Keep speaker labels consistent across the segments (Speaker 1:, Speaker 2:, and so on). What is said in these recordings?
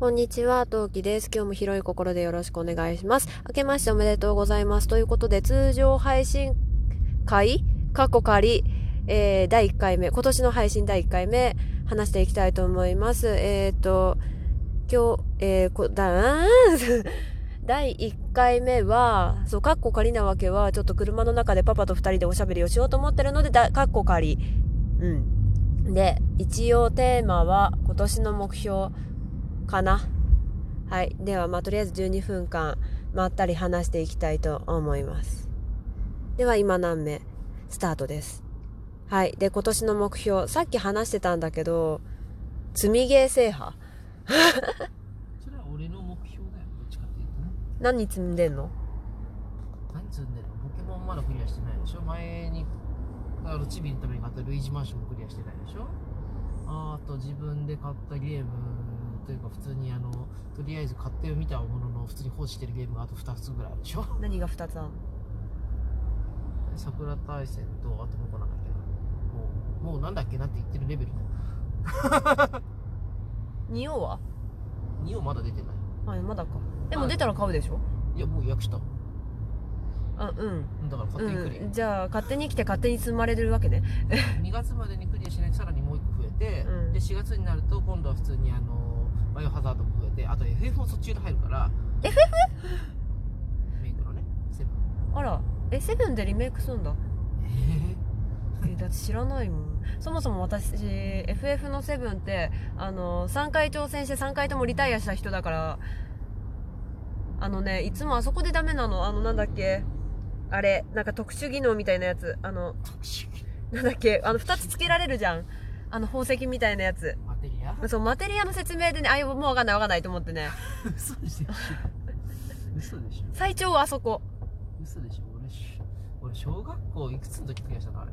Speaker 1: こんにちは、トウキです。今日も広い心でよろしくお願いします。明けましておめでとうございます。ということで、通常配信会過去仮、えー、第1回目、今年の配信第1回目、話していきたいと思います。えっ、ー、と、今日、えー、こ、だ、 第1回目は、そう、カッコ仮なわけは、ちょっと車の中でパパと2人でおしゃべりをしようと思ってるので、だ、カッコ仮。うん。で、一応テーマは、今年の目標かな。はい。では、まあ、とりあえず12分間、まったり話していきたいと思います。では、今何名、スタートです。はい。で、今年の目標、さっき話してたんだけど、積みゲー制覇
Speaker 2: それは俺の目標だよどっちかっていうとね
Speaker 1: 何積んでんの
Speaker 2: 何積んでんのポケモンまだクリアしてないでしょ前にあのチビのために買ったルイージマンションもクリアしてないでしょああと自分で買ったゲームというか普通にあのとりあえず買ってみたものの普通に放置してるゲームがあと2つぐらいあるでしょ
Speaker 1: 何が2つあんの
Speaker 2: 桜大戦とあともう一個なんだっけなもうもうなんだっけなって言ってるレベルだよ
Speaker 1: 匂は
Speaker 2: 2をまだ出てない
Speaker 1: あ、まだか。
Speaker 2: でも出
Speaker 1: たら買うでしょ
Speaker 2: いやもう予約した
Speaker 1: あ、うん。
Speaker 2: だから買ってくれ、
Speaker 1: うん、じゃあ勝手に来て勝手に積まれるわけね
Speaker 2: 2月までにクリアしないとさらにもう1個増えて、
Speaker 1: うん
Speaker 2: で4月になると今度は普通にあのバイオハザードも増えてあと FF も途中で入るから FF? メイクのねセブン
Speaker 1: あらえセブンでリメイクするんだ
Speaker 2: え
Speaker 1: えだって知らないもんそもそも私 FF のセブンってあの3回挑戦して3回ともリタイアした人だからあのねいつもあそこでダメなのあのなんだっけあれなんか特殊技能みたいなやつあの
Speaker 2: 特殊
Speaker 1: なんだっけあの2つつけられるじゃんあの宝石みたいなやつ
Speaker 2: マテリア
Speaker 1: そうマテリアの説明でねあいやもうわかんないわかんないと思ってね
Speaker 2: 嘘でしょ嘘でしょ
Speaker 1: 最長はあそこ
Speaker 2: 嘘でしょ俺し俺小学校いくつの時クリアしたのあれ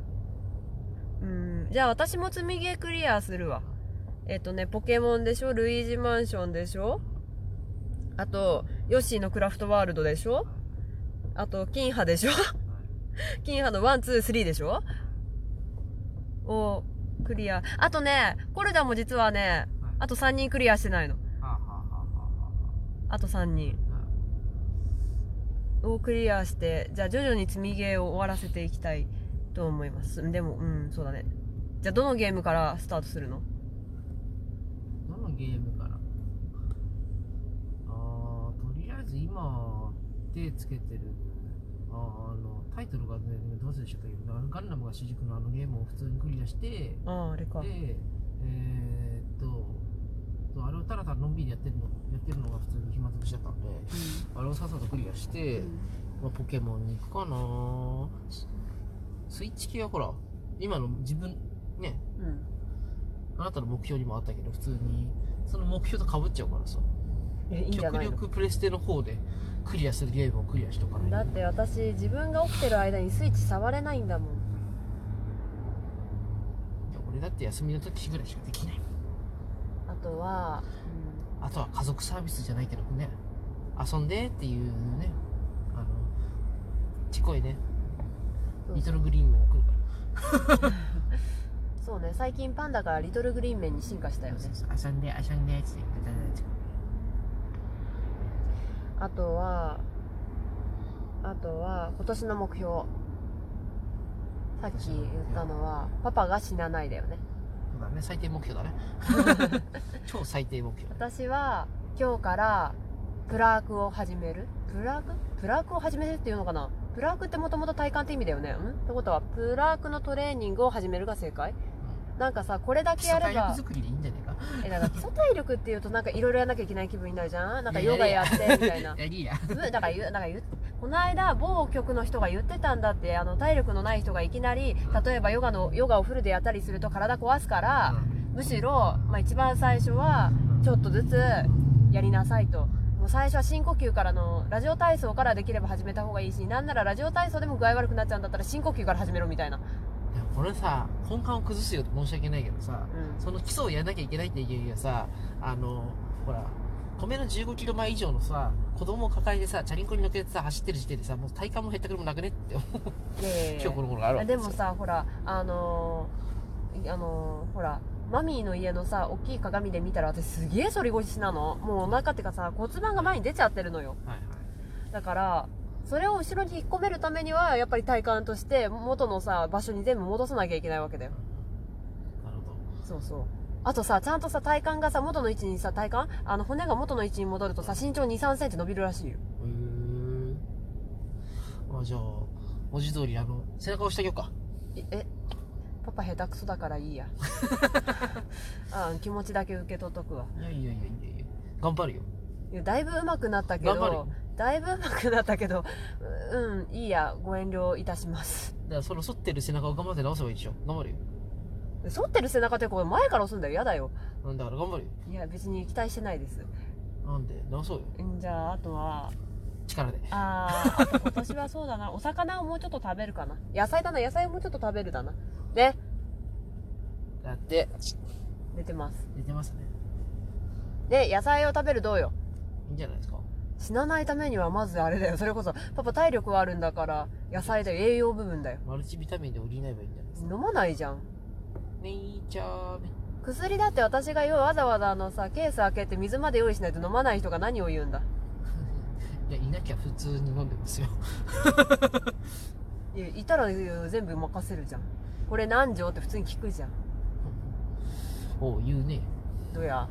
Speaker 1: うんじゃあ私も積みゲークリアするわえっ、とねポケモンでしょルイージマンションでしょあとヨッシーのクラフトワールドでしょあと金歯でしょ 金歯のワンツースリーでしょをクリアあとねコルダも実はねあと3人クリアしてないの
Speaker 2: はあはあはあは
Speaker 1: あと3人
Speaker 2: あは
Speaker 1: をクリアしてじゃあ徐々に積みゲーを終わらせていきたいと思いますでもうんそうだねじゃあどのゲームからスタートするの
Speaker 2: あどのゲームからあーとりあえず今手つけてるあーあのタイトルがねどうせでしたっけどあのガンダムが主軸のあのゲームを普通にクリアしてで
Speaker 1: あああれか
Speaker 2: えーっとそうあれをただただのんびりやってるのやってるのが普通に暇つぶしだったんであれをさっさとクリアして、まあ、ポケモンに行くかなーススイッチ系はほら今の自分ね
Speaker 1: うん
Speaker 2: あなたの目標にもあったけど普通にその目標とかぶっちゃうからさ
Speaker 1: えいいんじゃ
Speaker 2: 極
Speaker 1: ないの
Speaker 2: 力プレステの方でクリアするゲームをクリアしとかないと
Speaker 1: だって私自分が起きてる間にスイッチ触れないんだもん
Speaker 2: いや俺だって休みの時ぐらいしかできない
Speaker 1: あとは、
Speaker 2: あとは家族サービスじゃないけどね遊んでっていうねあのちっこいね
Speaker 1: そう
Speaker 2: リトルグリーンも送るから
Speaker 1: そうね最近パンダからリトルグリーンメンに進化したよね
Speaker 2: 遊んで遊んでって言ってたんです
Speaker 1: あとはあとは今年の目標さっき言ったのはパパが死なないだよね
Speaker 2: そうだね最低目標だね 超最低目標
Speaker 1: 私は今日からプラークを始めるプラークプラークを始めるっていうのかなプラークってもともと体幹って意味だよねんってことはプラークのトレーニングを始めるが正解なんかさこれだ
Speaker 2: 基
Speaker 1: けや
Speaker 2: 礎
Speaker 1: れ
Speaker 2: 体
Speaker 1: ば
Speaker 2: 力作りでいいんじゃないか
Speaker 1: えなんか基礎体力っていうとなんかいろいろやんなきゃいけない気分になるじ ゃんなんかヨガやってみたいな
Speaker 2: やりや
Speaker 1: うん だから言うなんか言うこの間某局の人が言ってたんだってあの体力のない人がいきなり例えばヨガのヨガをフルでやったりすると体壊すからむしろ、まあ、一番最初はちょっとずつやりなさいと。もう最初は深呼吸からのラジオ体操からできれば始めた方がいいしなんならラジオ体操でも具合悪くなっちゃうんだったら深呼吸から始めろみたいな、
Speaker 2: いやこれさ根幹を崩すよって申し訳ないけどさ
Speaker 1: うん、
Speaker 2: その基礎をやらなきゃいけないっていう理由はさあのほら米の1 5キロ前以上のさ子供を抱えてさチャリンコに乗っけてさ走ってる時点でさもう体幹もへったくれもなくねって思う
Speaker 1: いやいやいや
Speaker 2: 今日この頃があるわけ
Speaker 1: です
Speaker 2: よ
Speaker 1: もさほらあのーあのーほらマミーの家のさ大きい鏡で見たら私すげえ反り腰なのもうお腹っていうかさ骨盤が前に出ちゃってるのよ
Speaker 2: はいはい
Speaker 1: だからそれを後ろに引っ込めるためにはやっぱり体幹として元のさ場所に全部戻さなきゃいけないわけだよ
Speaker 2: なるほど
Speaker 1: そうそうあとさちゃんとさ体幹がさ元の位置にさ体幹あの骨が元の位置に戻るとさ身長2 3センチ伸びるらしいよ
Speaker 2: へえあじゃあ文字通りあの背中押してあげようか
Speaker 1: いえパパ下手くそだからいいや あ気持ちだけ受け取っとくわ
Speaker 2: いやいやいやいやいや頑張るよ
Speaker 1: いやだいぶ上手くなったけ
Speaker 2: 頑張るよ
Speaker 1: どだいぶ上手くなったけどううんいいやご遠慮いたします
Speaker 2: だからその反ってる背中を頑張って直せばいいでしょ頑張るよ
Speaker 1: 反ってる背中ってこれ前から押すんだよやだよ
Speaker 2: うんだから頑張るよ
Speaker 1: いや別に期待してないです
Speaker 2: なんで直そうよ
Speaker 1: んじゃああとは
Speaker 2: 力で
Speaker 1: あーあと 今年はそうだなお魚をもうちょっと食べるかな野菜だな野菜をもうちょっと食べるだなね
Speaker 2: だって
Speaker 1: 寝てます
Speaker 2: 出てますね
Speaker 1: で野菜を食べるどうよ
Speaker 2: いいんじゃないですか
Speaker 1: 死なないためにはまずあれだよそれこそパパ体力はあるんだから野菜だよ栄養部分だよ
Speaker 2: マルチビタミンで補えばいいんじゃないですか
Speaker 1: 飲まないじゃん
Speaker 2: ネイチャーね
Speaker 1: 薬だって私がよわざわざあのさケース開けて水まで用意しないと飲まない人が何を言うんだ
Speaker 2: いやいなきゃ普通に飲んでますよ
Speaker 1: いやいたら全部任せるじゃんこれ何錠って普通に聞くじゃん
Speaker 2: おう言うね
Speaker 1: どうや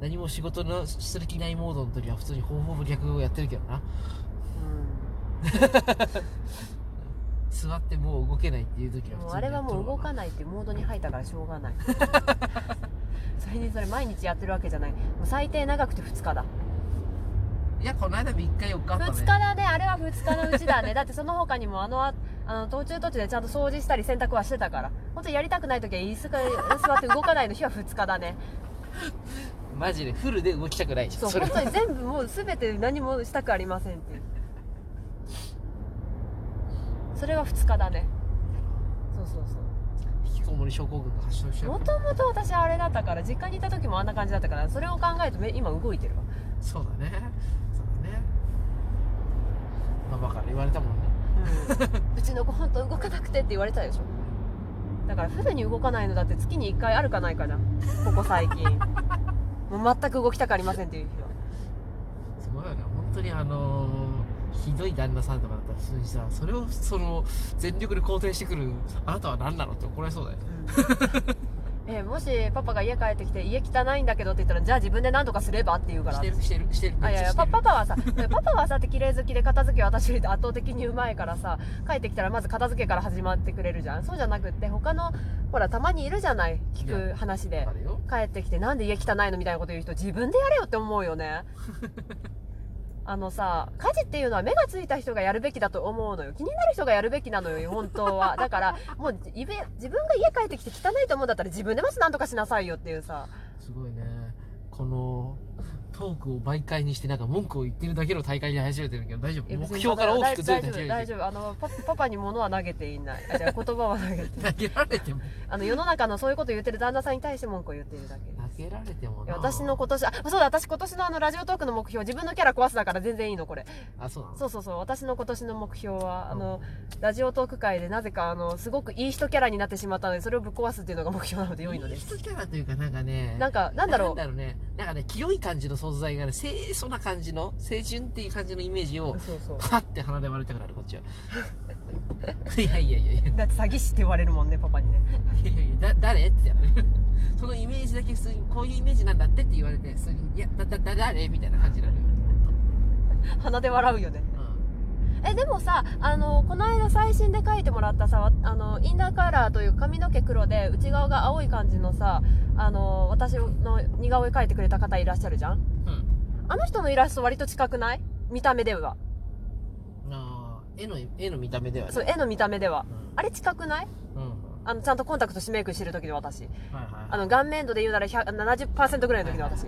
Speaker 2: 何も仕事のする気ないモードの時は普通に方法逆をやってるけどな
Speaker 1: う
Speaker 2: 座ってもう動けないっていう時
Speaker 1: ん
Speaker 2: は普
Speaker 1: もう
Speaker 2: 通に
Speaker 1: あれはもう動か
Speaker 2: い
Speaker 1: ないっていうモードに入ったからしょうが ないそれにそれ毎日やってるわけじゃないもう最低長くて2日だ
Speaker 2: いやこの間3日4日あったね
Speaker 1: 2日だねあれは2日のうちだねだってその他にもあのああの途中途中でちゃんと掃除したり洗濯はしてたから本当にやりたくない時は椅子から 座って動かないの日は2日だね
Speaker 2: マジでフルで動きたくないじゃ
Speaker 1: そ
Speaker 2: ん
Speaker 1: う
Speaker 2: それ
Speaker 1: 本
Speaker 2: は
Speaker 1: 当に全部もう全て何もしたくありませんっていうそれは2日だねそうそうそう
Speaker 2: 引きこもり症候群が発症しちゃ
Speaker 1: も
Speaker 2: う
Speaker 1: ともと私あれだったから実家にいた時もあんな感じだったからそれを考えるとめ今動いてるわ
Speaker 2: そうだねそうだねママから言われたもんね
Speaker 1: うちの子本当動かなくてって言われたでしょだからフルに動かないのだって月に1回あるかないかじゃんここ最 近もう全く動きたくありませんっていう日は
Speaker 2: すごいよね本当にあのーひどい旦那さんとかだったら普通にさそれをその全力で肯定してくるあなたは何なのって怒られそうだよね
Speaker 1: えもしパパが家帰ってきて家汚いんだけどって言ったらじゃあ自分で何とかすればって言うから
Speaker 2: してるしてるしてる
Speaker 1: あい やいや
Speaker 2: め
Speaker 1: パ
Speaker 2: っちゃしてる
Speaker 1: パパはさパパはさって綺麗好きで片付けは私より圧倒的にうまいからさ帰ってきたらまず片付けから始まってくれるじゃんそうじゃなくって他のほらたまにいるじゃない聞く話で
Speaker 2: あれよ
Speaker 1: 帰ってきてなんで家汚いのみたいなこと言う人自分でやれよって思うよねあのさ家事っていうのは目がついた人がやるべきだと思うのよ気になる人がやるべきなのよ本当はだからもういべ自分が家帰ってきて汚いと思うんだったら自分でまず何とかしなさいよっていうさ
Speaker 2: すごいねこのトークを媒介にしてなんか文句を言ってるだけの大会に走れてるけど大丈
Speaker 1: い
Speaker 2: 夫
Speaker 1: や
Speaker 2: 目
Speaker 1: 別に
Speaker 2: 標から大きくずれ
Speaker 1: 大
Speaker 2: て
Speaker 1: 丈
Speaker 2: 走れ
Speaker 1: 夫
Speaker 2: て
Speaker 1: 大丈夫あのパパパに物は投げていないあじゃあ言葉は投げて
Speaker 2: 投げられても
Speaker 1: あの世の中のそういうこと言ってる旦那さんに対して文句を言っているだけです
Speaker 2: 投げられても
Speaker 1: い
Speaker 2: な
Speaker 1: や私の今年あそうだ私今年のあのラジオトークの目標自分のキャラ壊すだから全然いいのこれ
Speaker 2: あそうなの
Speaker 1: そうそうそう私の今年の目標はあ
Speaker 2: うん
Speaker 1: のラジオトーク会でなぜかあのすごくいい人キャラになってしまったのでそれをぶっ壊すっていうのが目標なので良いので
Speaker 2: いい
Speaker 1: す
Speaker 2: 人キャラというかなんかね
Speaker 1: なんかなんだろう
Speaker 2: なんだろうねなんかね清い感じの存在がね清楚な感じの清純っていう感じのイメージ を
Speaker 1: そうそう
Speaker 2: パッて鼻で割れたくなるこっちは いやいやいやいや
Speaker 1: だって詐欺師って言われるもんねパパにね
Speaker 2: いやいやだ誰って言ったらそのイメージだけ普通にこういうイメージなんだってって言われて普通に「いやだだだ誰?」みたいな感じになるよ、
Speaker 1: 鼻で笑うよね
Speaker 2: うん、
Speaker 1: えでもさあのこの間最新で書いてもらったさわあのインナーカラーという髪の毛黒で内側が青い感じのさあの私の似顔絵描いてくれた方いらっしゃるじゃん
Speaker 2: うん、
Speaker 1: あの人のイラスト割と近くない見た目では
Speaker 2: あー絵の絵の見た目ではね
Speaker 1: そう絵の見た目では
Speaker 2: うん
Speaker 1: あれ近くない
Speaker 2: うん
Speaker 1: あのちゃんとコンタクトしてメイクしてる時の私
Speaker 2: はいはい
Speaker 1: あの顔面度で言うなら100 70%ぐらいの時の私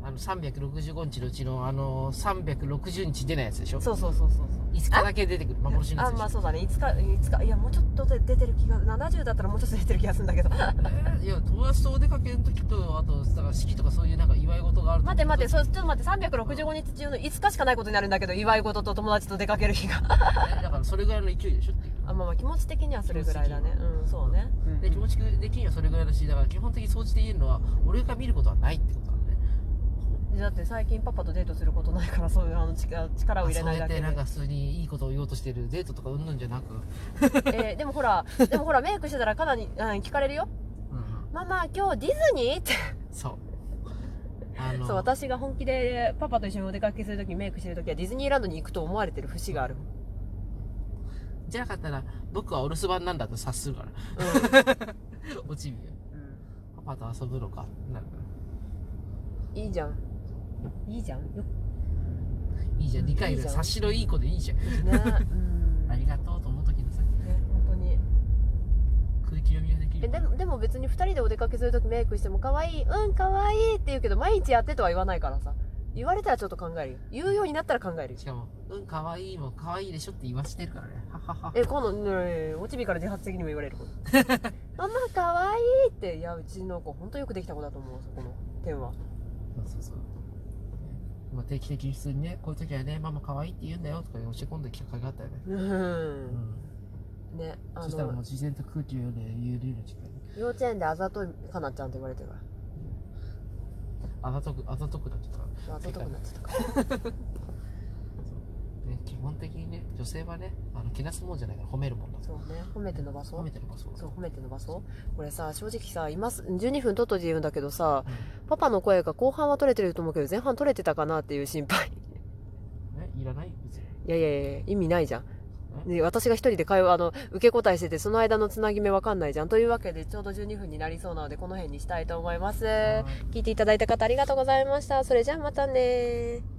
Speaker 2: あの365日のうちのあの360日出ないやつでしょ
Speaker 1: そうそうそうそうそう
Speaker 2: 5日だけ出てくる幻のや
Speaker 1: あ
Speaker 2: つでし
Speaker 1: ま
Speaker 2: ょ
Speaker 1: あそうだねいつかいつかいやもうちょっとで出てる気が70だったらもうちょっと出てる気がするんだけど待
Speaker 2: えーいや友達とお出かけの時とあとだから式とかそういうなんか祝い事がある時
Speaker 1: って待ってそうちょっと待って365日中の5日しかないことになるんだけど祝い事と友達と出かける日が
Speaker 2: えだからそれぐらいの勢いでしょっていう
Speaker 1: あまあまあ気持ち的にはそれぐらいだねうんそうね
Speaker 3: うん
Speaker 2: で気持ち的にはそれぐらいだしだから基本的に掃除で言えるのは俺が見ることはないってことなんで
Speaker 1: だって最近パパとデートすることないからそういうあの力力を入れない
Speaker 2: あ
Speaker 1: だ
Speaker 2: そう
Speaker 1: け
Speaker 2: や
Speaker 1: で
Speaker 2: ってなんか普通にいいことを言おうとしてるデートとかうんぬんじゃなく、
Speaker 1: えーでもほら でもほらメイクしてたらかなり、うん、聞かれるよ「ママ今日ディズニー?」って
Speaker 2: そうあの
Speaker 1: そう私が本気でパパと一緒にお出かけするときメイクしてるときはディズニーランドに行くと思われてる節がある、
Speaker 2: じゃなかったら僕はお留守番なんだと察するから 落ちるよ
Speaker 1: う
Speaker 2: パパと遊ぶのかなんか
Speaker 1: ん、いいじゃんいいじゃんよ
Speaker 2: いいじゃん理解
Speaker 1: いい
Speaker 2: が
Speaker 1: じゃん
Speaker 2: 察しのいい子でいいじゃん
Speaker 1: くねうん
Speaker 2: ありがとうと思うときのさ
Speaker 1: ね本当に
Speaker 2: 空気読みができ
Speaker 1: え
Speaker 2: る
Speaker 1: でもでも別に2人でお出かけするときメイクしても可愛いうん可愛いって言うけど毎日やってとは言わないからさ言われたらちょっと考えるよ言うようになったら考えるよ
Speaker 2: しかも「うんかわいい」も「かわいいでしょ」って言わしてるからねははは
Speaker 1: え今度ねおちびから自発的にも言われる ことママ可愛いっていやうちの子本当よくできた子だと思うそこの点は
Speaker 2: そうそうそうまあ定期的に普通にねこういう時はね「ママかわいいって言うんだよ」とか教え込んできた会があったよね
Speaker 1: う
Speaker 2: うんん
Speaker 1: ねあ
Speaker 2: そしたらもう
Speaker 1: の
Speaker 2: 自然と空気読んで言えるようにして
Speaker 1: 幼稚園であざといかなちゃんって言われてるか
Speaker 2: あざとくあざとくなっちゃったから
Speaker 1: らあざとくなっちゃったから
Speaker 2: ね基本的にね女性はねあのけなすもんじゃないから褒めるもんだ
Speaker 1: そうね褒めて伸ばそう
Speaker 2: 褒めてるばそうだ
Speaker 1: そう褒めて伸ばそう俺さ正直さ今す12分とっといて言うんだけどさ
Speaker 2: うん
Speaker 1: パパの声が後半は取れてると思うけど前半取れてたかなっていう心配
Speaker 2: ねいらない別に
Speaker 1: いやいやいや意味ないじゃんで私が一人で会話あの受け答えしててその間のつなぎ目わかんないじゃんというわけでちょうど12分になりそうなのでこの辺にしたいと思います
Speaker 2: はーい
Speaker 1: 聞いていただいた方ありがとうございましたそれじゃあまたね